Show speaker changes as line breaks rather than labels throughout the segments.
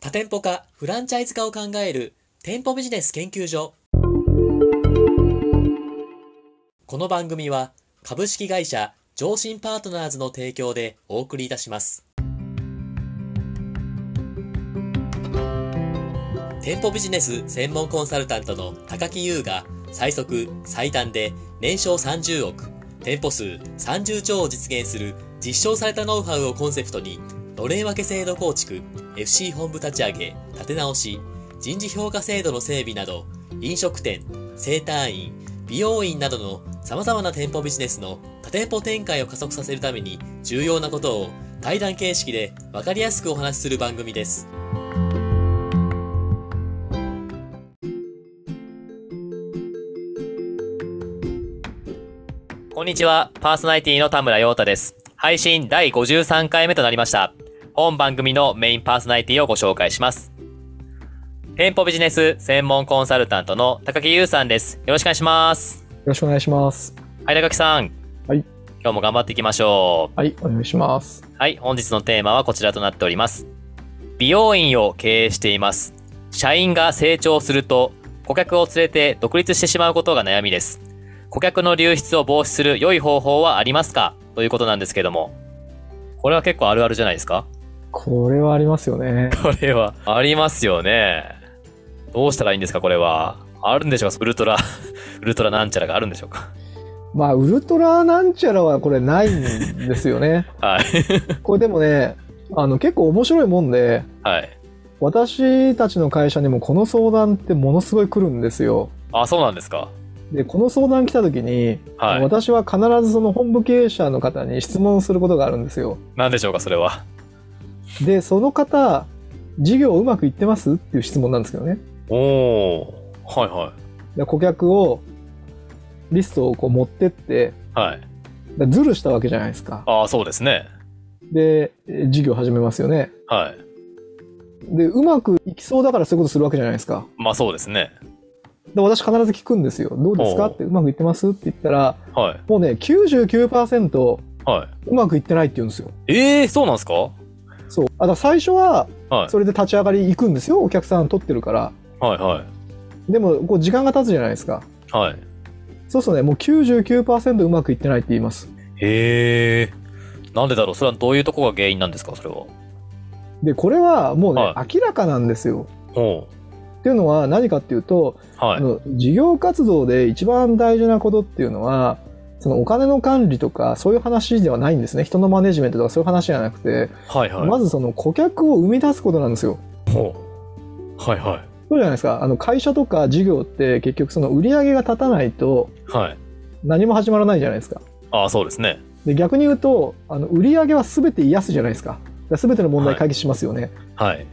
多店舗化、フランチャイズ化を考える店舗ビジネス研究所。この番組は株式会社上信パートナーズの提供でお送りいたします。店舗ビジネス専門コンサルタントの高木優が最速最短で年商30億店舗数30兆を実現する実証されたノウハウをコンセプトにのれん分け制度構築 FC 本部立ち上げ立て直し人事評価制度の整備など飲食店整体院美容院などの様々な店舗ビジネスの多店舗展開を加速させるために重要なことを対談形式で分かりやすくお話しする番組です。こんにちは。パーソナリティの田村陽太です。配信第53回目となりました。本番組のメインパーソナリティをご紹介します。店舗ビジネス専門コンサルタントの高木優さんです。よろしくお願いします。
よろしくお願いします。
はい、高木さん。
はい。
今日も頑張っていきましょ
はい、お願いします。
う。はい、本日のテーマはこちらとなっております。美容院を経営しています。社員が成長すると、顧客を連れて独立してしまうことが悩みです。顧客の流出を防止する良い方法はありますかということなんですけども。これは結構あるあるじゃないですか
これはありますよね。
これは。ありますよね。どうしたらいいんですかこれは。あるんでしょうかウルトラ、 ウルトラなんちゃらがあるんでしょうか
まあ、ウルトラなんちゃらはこれないんですよね。
はい。
これでもね、あの、結構面白いもんで、
はい。
私たちの会社にもこの相談ってものすごい来るんですよ。
あ、そうなんですか
で、この相談来た時に、
はい。
私は必ずその本部経営者の方に質問することがあるんですよ。
なんでしょうかそれは。
で、その方、事業うまくいってますっていう質問なんですけどね。
おー。はいは
で顧客を、リストをこう持ってって、
い。はい。
だからズルしたわけじゃないですか。
あ、そうですね。
で、えー事業始めますよね。
はい。
で、うまくいきそうだからそういうことするわけじゃないですか。
まあそうですね。
で、私必ず聞くんですよ。どうですか
ほう
って、うまくいってますって言ったら、
はい。
もうね、99%
は
うまくいってないって言うんですよ。
い。えー、そうなんですかはい。
そう。あ、だから最初は、
はい
それで立ち上がり行くんですよ。お客さん取ってるから。
は
でも、こう、時間が経つじゃないですか。
い。はい。
そうするとね、もう99%うまくいってないって言います。
へえ。なんでだろうそれはどういうとこが原因なんですかそれは。
で、これはもうね、
は
明らかなんですよ。
ほ
っていうのは何かっていうと、
う。は
あ
い。
の事業活動で一番大事なことっていうのはそのお金の管理とかそういう話ではないんですね人のマネジメントとかそういう話じゃなくて、
はいはい。
まずその顧客を生み出すことなんですよ
ほう。はいは
そうじゃないですかあの会社とか事業って結局その売り上げが立たないと
い。はい。
何も始まらないじゃないですか
ああ、そうですね。
で逆に言うとあの売り上げは全て癒すじゃないですかだから全ての問題解決しますよね、
はい。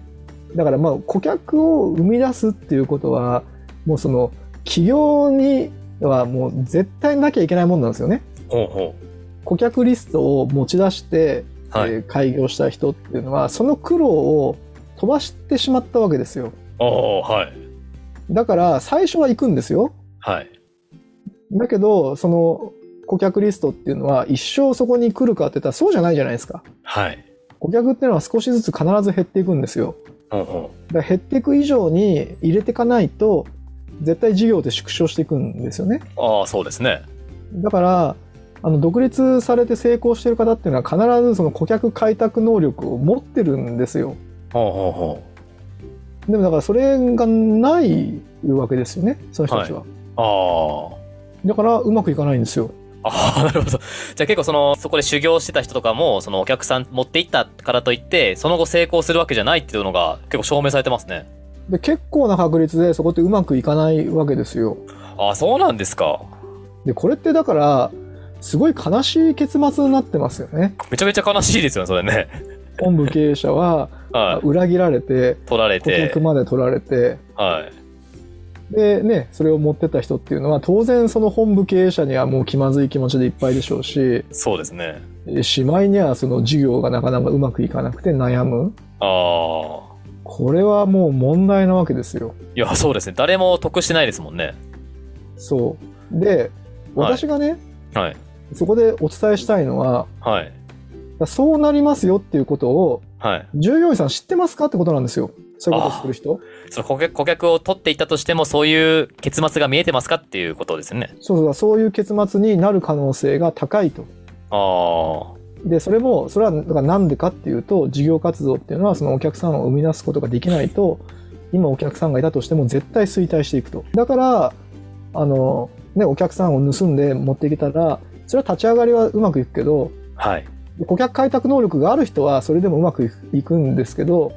だからまあ顧客を生み出すっていうことはもうその企業にはもう絶対なきゃいけないもんなんですよね
ほうほ
顧客リストを持ち出して、
う。はい。
えー開業した人っていうのはその苦労を飛ばしてしまったわけですよ
ああ、はい。
だから最初は行くんですよ
はい。
だけどその顧客リストっていうのは一生そこに来るかって言ったらそうじゃないじゃないですか
はい。
顧客っていうのは少しずつ必ず減っていくんですよ
ほうほ
だから減っていく以上に入れていかないと絶対事業って縮小していくんですよね
う。ああ、そうですね。
だからあの独立されて成功してる方っていうのは必ずその顧客開拓能力を持ってるんですよ
ほうほうほ
でもだからそれがないわけですよね、その人たちは。
う。ああ。
だからうまくいかないんですよ。
ああ、なるほど。じゃあ結構その、そこで修行してた人とかも、そのお客さん持っていったからといって、その後成功するわけじゃないっていうのが結構証明されてますね。
で、結構な確率でそこってうまくいかないわけですよ。
ああ、そうなんですか。
で、これってだから、すごい悲しい結末になってますよね。
めちゃめちゃ悲しいですよね、それね。
本部経営者は
は
裏切られて、
い。取られ
顧
て
客。まで取られて、
はい。
で、ね、それを持ってった人っていうのは、当然その本部経営者にはもう気まずい気持ちでいっぱいでしょうし、
そうですね。
えしまいにはその事業がなかなかうまくいかなくて悩む。
ああ。
これはもう問題なわけですよ。
いや、そうですね。誰も得してないですもんね。
そう。で、
はい
私がね、
はい。
そこでお伝えしたいのは、
はい。
そうなりますよっていうことを、
はい。
従業員さん知ってますかってことなんですよ。そういうことをする人
その顧客顧客を取っていったとしても、そういう結末が見えてますかっていうことですね。
そうそうそういう結末になる可能性が高いと。
ああ。
でそれもそれはだからなんでかっていうと事業活動っていうのはそのお客さんを生み出すことができないと今お客さんがいたとしても絶対衰退していくとだからあの、ね、お客さんを盗んで持っていけたらそれは立ち上がりはうまくいくけど
はい。
顧客開拓能力がある人はそれでもうまくいくいくんですけど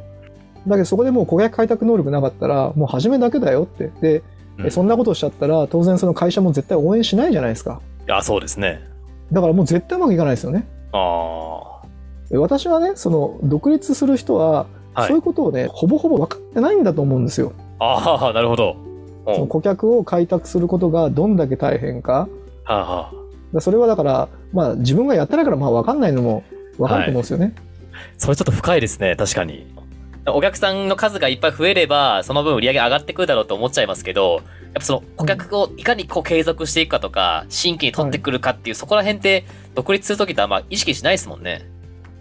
だけどそこでもう顧客開拓能力なかったらもう初めだけだよってで、
うん
そんなことしちゃったら当然その会社も絶対応援しないじゃないですか
あそうですね。
だからもう絶対うまくいかないですよね
ああ。
で私はねその独立する人は
は
そう
い。
いうことをね、ほぼほぼ分かってないんだと思うんですよ。
ああ、なるほど。うん
その顧客を開拓することがどんだけ大変か。
はあはあ
だからそれはだから、まあ自分がやってないからまあ分かんないのも分かると思うんですよね。
それちょっと深いですね、確かに。お客さんの数がいっぱい増えれば、その分売り上げ上がってくるだろうと思っちゃいますけど、やっぱその顧客をいかにこう継続していくかとか、新規に取ってくるかっていう、そこら辺って独立するときってあんま意識しないですもんね。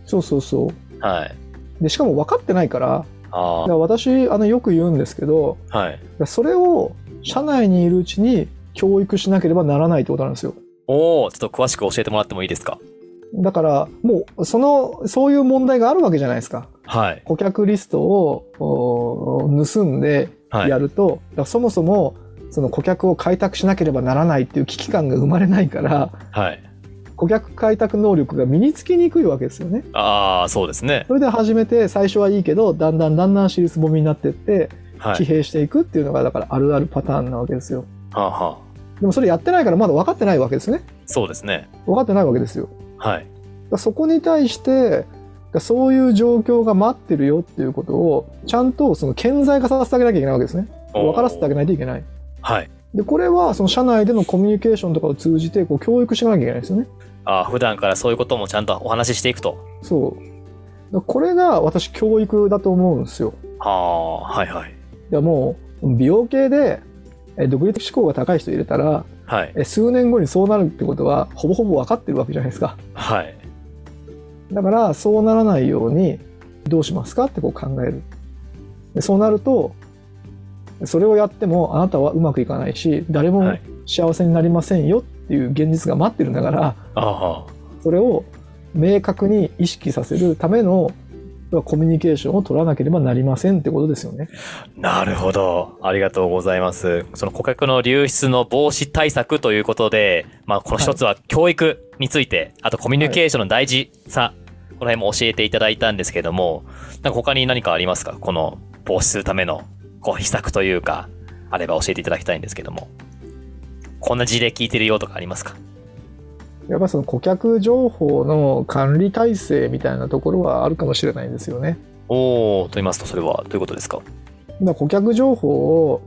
そうそうそう。
はい。
で、しかも分かってないから、だ
あ
から私、あの、よく言うんですけど、
あ。はい。
それを社内にいるうちに教育しなければならないってことなんですよ。
おおちょっと詳しく教えてもらってもいいですか
だから、もう、その、そういう問題があるわけじゃないですか。
はい。
顧客リストをお盗んで
はい。
やると、だからそもそもその顧客を開拓しなければならないっていう危機感が生まれないから
はい。
顧客開拓能力が身につきにくいわけですよね
ああ、そうですね。
それで始めて最初はいいけどだんだんだんだん尻すぼみになってって
は
疲
い。
弊していくっていうのがだからあるあるパターンなわけですよ
はあ、はあ、
でもそれやってないからまだ分かってないわけですね
そうですね。
分かってないわけですよ
はい。
だからそこに対してだからそういう状況が待ってるよっていうことをちゃんとその顕在化させてあげなきゃいけないわけですね分からせてあげ
ない。
ないといけない
はい。
でこれはその社内でのコミュニケーションとかを通じてこう教育していかなきゃいけないですよね。
ああ、普段からそういうこともちゃんとお話ししていくと。
そうだこれが私教育だと思うんですよ。
はあ、はいはい。
いやもう美容系でえ独立志向が高い人入れたら
はい。
え数年後にそうなるってことはほぼほぼ分かってるわけじゃないですか。
はい。
だからそうならないようにどうしますかってこう考える。でそうなるとそれをやってもあなたはうまくいかないし誰
は
も
い
幸せになりませんよっていう現実が待ってるんだから、
あ
それを明確に意識させるためのコミュニケーションを取らなければなりませんってことですよね。
あ、なるほど。ありがとうございます。その顧客の流出の防止対策ということで、まあ、この一つは教育について、あとコミュニケーションの大事さ、この辺も教えていただいたんですけども、なんか他に何かありますかこの防止するための、こう、秘策というか、あれば教えていただきたいんですけども。こんな事例聞いてるよとかありますか
やっぱりその顧客情報の管理体制みたいなところはあるかもしれないんですよね。
おおと言いますと、それはどういうことですか
だから顧客情報を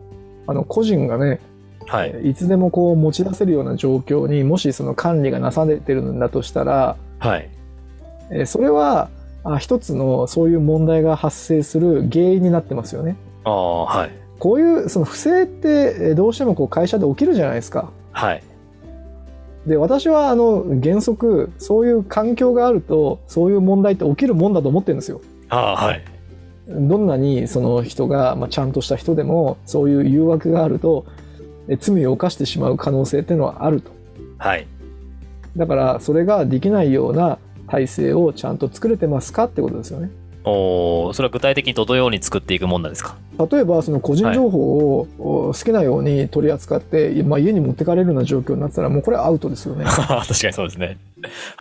あの個人がね、
はい。
いつでもこう持ち出せるような状況にもしその管理がなされてるんだとしたら、
はい。
えーそれはあ一つのそういう問題が発生する原因になってますよね。
ああ、はい。
こういうその不正ってえーどうしてもこう会社で起きるじゃないですか。
はい。
で私はあの原則そういう環境があるとそういう問題って起きるもんだと思ってるんですよ。
ああ、はい。
どんなにその人が、まあ、ちゃんとした人でもそういう誘惑があるとえ罪を犯してしまう可能性っていうのはあると。
はい。
だからそれができないような体制をちゃんと作れてますかってことですよね。
おーそれは具体的にどのように作っていくもんなんですか
例えばその個人情報をお好きなように取り扱って、まあ、家に持ってかれるような状況になってたらもうこれはアウトですよ ね。
確かにそうですね。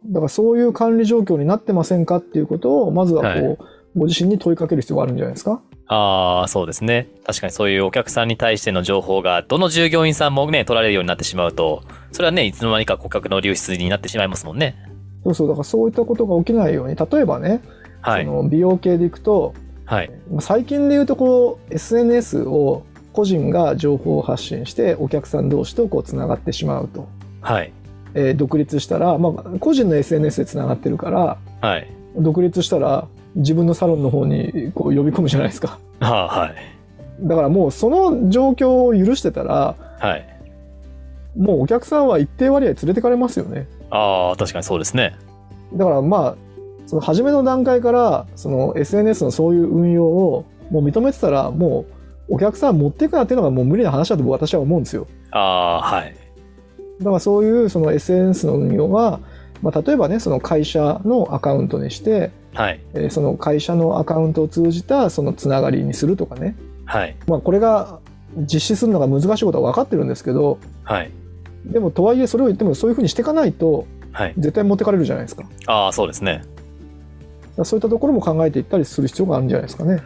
だからそういう管理状況になってませんかっていうことをまずはこう、
は
ご自身に問いかける必要があるんじゃないですか。
ああ、そうですね。確かにそういうお客さんに対しての情報が、どの従業員さんもね、取られるようになってしまうと、それはね、いつの間にか顧客の流出になってしまいますもんね。
そうそうだからそういったことが起きないように例えばね、
は
そ
い。
の美容系でいくと
はい。
まあ最近で言うとこう SNS を個人が情報を発信してお客さん同士とこうつながってしまうと、
はい。
えー独立したら、まあ、個人の SNS でつながってるから
はい。
独立したら自分のサロンの方にこう呼び込むじゃないですか
ああ、はい。
だからもうその状況を許してたら
はい。
もうお客さんは一定割合連れてかれますよね
ああ、確かにそうですね。
だからまあその初めの段階からその SNS のそういう運用をもう認めてたらもうお客さん持っていくなっていうのがもう無理な話だと私は思うんですよ
ああー、はい。
だからそういうその SNS の運用は、まあ、例えばねその会社のアカウントにして、
はい。
えーその会社のアカウントを通じたそのつながりにするとかね、
はい。
まあ、これが実施するのが難しいことは分かってるんですけど
はい。
でもとはいえそれを言ってもそういうふうにしていかないと
はい。
絶対持ってかれるじゃないですかだか
ああ、そうですね。
らそういったところも考えていったりする必要があるんじゃないですかね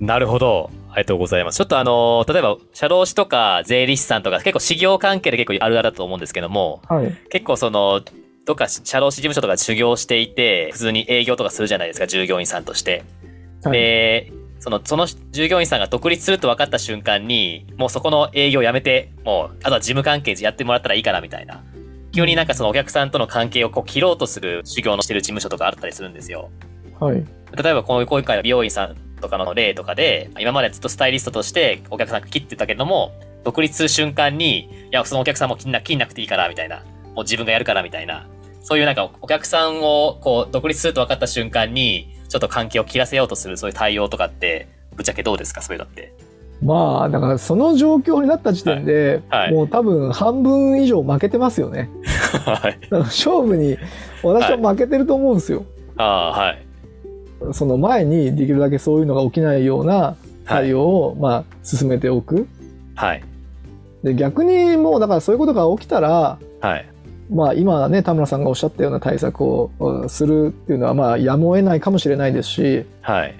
なるほど。ありがとうございます。ちょっとあのー例えば、社労士とか税理士さんとか、結構、修行関係で結構あるあるだと思うんですけども、
はい
結構その、どっか社労士事務所とかで修行していて、普通に営業とかするじゃないですか、従業員さんとして。
はい
で、その、その従業員さんが独立すると分かった瞬間に、もうそこの営業やめて、もう、あとは事務関係やってもらったらいいかな、みたいな。急になんかそのお客さんとの関係をこう切ろうとする修行のしてる事務所とかあったりするんですよ。
はい
例えばこの今回の美容院さんとかの例とかで今までずっとスタイリストとしてお客さんが切ってたけども独立する瞬間にいやそのお客さんも切んな切んなくていいからみたいなもう自分がやるからみたいなそういうなんかお客さんをこう独立すると分かった瞬間にちょっと関係を切らせようとするそういう対応とかってぶっちゃけどうですかそういうのって
まあだからその状況になった時点で、
はいはい
もう多分半分以上負けてますよね
はい
だから勝負に私は負けてると思うんですよ、
ああはい
その前にできるだけそういうのが起きないような
はい
対応を、まあ、進めておく
はい
で逆にもうだからそういうことが起きたら、
はい
まあ、今ね田村さんがおっしゃったような対策をうんするっていうのはまあやむを得ないかもしれないですし、
はい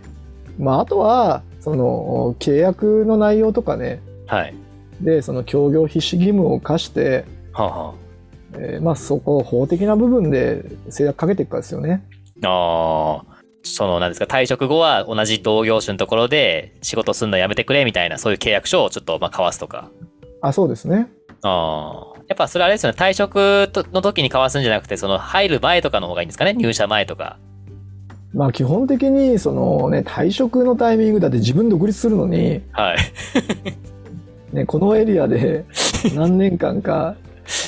まあ、あとはその契約の内容とかね
はい
でその協業必至義務を課して、
はあは
えーまあ、そこを法的な部分で制約かけていくかですよね。
ああそのなんですか退職後は同じ同業種のところで仕事するのやめてくれみたいなそういう契約書をちょっとまあ交わすとか
あそうですね
ああやっぱそれあれですよね退職との時に交わすんじゃなくてその入る前とかの方がいいんですかね入社前とか
まあ基本的にそのね退職のタイミングだって自分独立するのに、
はい
ね、このエリアで何年間か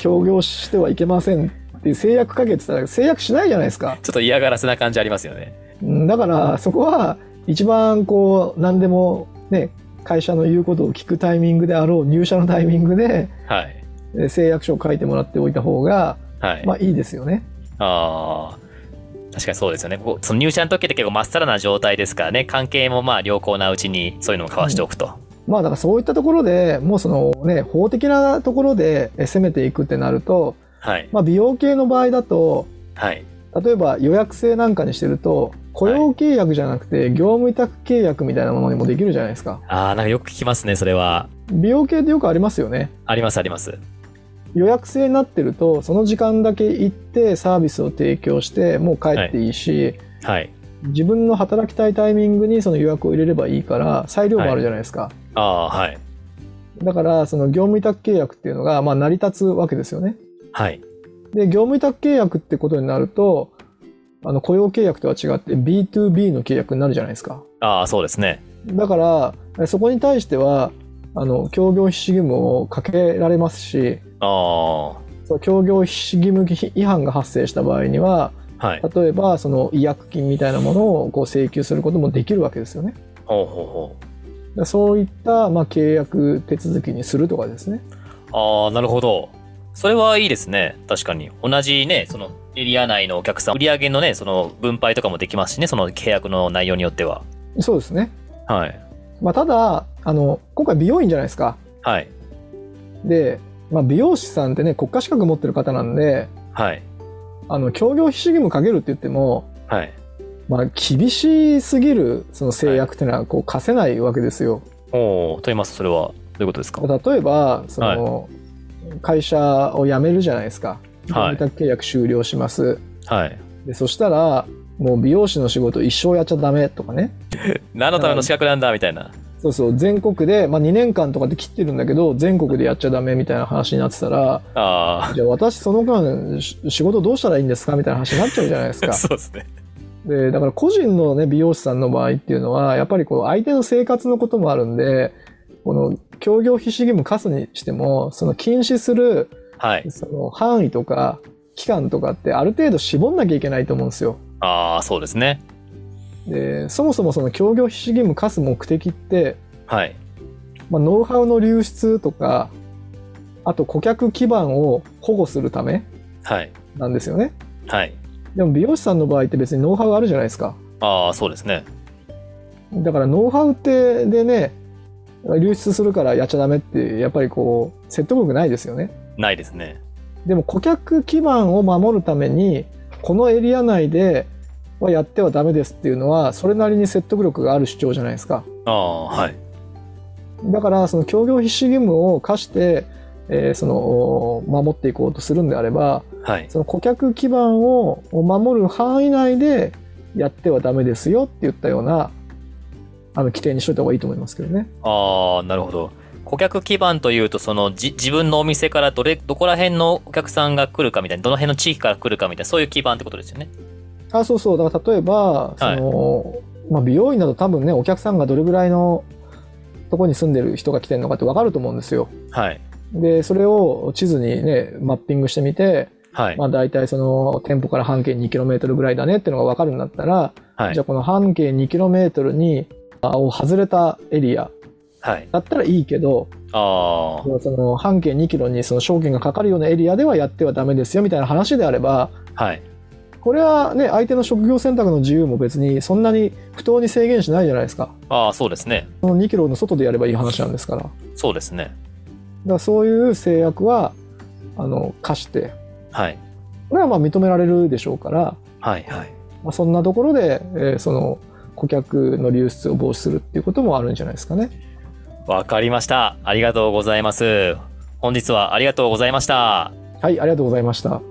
協業してはいけませんっていう制約かけてたら制約しないじゃないですか
ちょっと嫌がらせな感じありますよね
うんだからそこは一番こう何でもね会社の言うことを聞くタイミングであろう入社のタイミングで
はい
え誓約書を書いてもらっておいた方が
はい、
まあいいですよね。
ああ確かにそうですよねこうその入社の時って結構まっさらな状態ですからね関係もまあ良好なうちにそういうのを交わしておくと、
まあだからそういったところでもうそのね法的なところでえ攻めていくってなると、
はい
まあ、美容系の場合だと
はい
例えば予約制なんかにしてると雇用契約じゃなくて業務委託契約みたいなものにもできるじゃないですか
ああなんかよく聞きますねそれは
美容系ってよくありますよね
ありますあります
予約制になってるとその時間だけ行ってサービスを提供してもう帰っていいし、
はい
自分の働きたいタイミングにその予約を入れればいいから裁量もあるじゃないですか、
ああはい
だからその業務委託契約っていうのがまあ成り立つわけですよね
はい
で業務委託契約ってことになるとあの雇用契約とは違って B2B の契約になるじゃないですか
ああそうですね
だからえそこに対してはあの協業必至義務をかけられますし
あ
その協業必至義務違反が発生した場合には
あはい
例えばその違約金みたいなものをこう請求することもできるわけですよね。
ほうほうほう
だからそういったまあ契約手続きにするとかですね。
ああなるほどそれはいいですね確かに同じねそのエリア内のお客さん売上のねその分配とかもできますしねその契約の内容によっては
そうですね。
はい
まあ、ただあの今回美容院じゃないですか。
はい
で、まあ、美容師さんってね国家資格持ってる方なんで
はい
あの協業必至義務かけるって言っても
はい
まあ、厳しすぎるその制約っていうのはこう課せないわけですよ。
おおと言いますとそれはどういうことですか
例えばその、会社を辞めるじゃないですか。
はい
委託契約終了します。
はい
でそしたらもう美容師の仕事一生やっちゃダメとかね。
何のための資格なんだみたいな
そうそう全国で、まあ、2年間とかで切ってるんだけど全国でやっちゃダメみたいな話になってたら
あ
じゃあ私その間し仕事どうしたらいいんですかみたいな話になっちゃうじゃないです
あ
か
そうですね
でだから個人の、ね、美容師さんの場合っていうのはやっぱりこう相手の生活のこともあるんでこの協業必至義務課すにしてもその禁止する
はい
その範囲とか期間とかってある程度絞んなきゃいけないと思うんですよ。
ああそうですね
でそもそもその協業必死義務課す目的って、
はい。
まあ、ノウハウの流出とかあと顧客基盤を保護するため
はい。
なんですよね
はい。
でも美容師さんの場合って別にノウハウあるじゃないですか
ああ、そうですね。
だからノウハウってでね流出するからやっちゃダメってやっぱりこう説得力ないですよね
ないですね。
でも顧客基盤を守るためにこのエリア内ではやってはダメですっていうのはそれなりに説得力がある主張じゃないですか
ああ、はい。
だからその協業必至義務を課して、えーその守っていこうとするんであれば
はい。
その顧客基盤を守る範囲内でやってはダメですよって言ったようなあの規定にしといた方がいいと思いますけどね。
ああ、なるほど。顧客基盤というと、その、じ、自分のお店からどれ、どこら辺のお客さんが来るかみたいな、どの辺の地域から来るかみたいな、そういう基盤ってことですよね。
あそうそうだから例えばその、まあ、美容院など多分ねお客さんがどれぐらいのとこに住んでる人が来てるのかって分かると思うんですよ。
はい。
でそれを地図にねマッピングしてみて、
はい。
まあ、大体その店舗から半径 2km ぐらいだねっていうのが分かるんだったら、
はい
じゃあ。この半径 2km にあを外れたエリア
はい。
だったらいいけど
あ
その半径 2km にその証券がかかるようなエリアではやってはダメですよみたいな話であれば
あ、はい。
これはね相手の職業選択の自由も別にそんなに不当に制限しないじゃないですか
ああ、そうですね。
その 2km の外でやればいい話なんですからだか
そうですね。
らそういう制約はあの課して
はい。
これはまあ認められるでしょうから
はい。はい。
まあ、そんなところで、えーその顧客の流出を防止するっていうこともあるんじゃないですかね。
わかりました。ありがとうございます。本日はありがとうございました。
はい、ありがとうございました。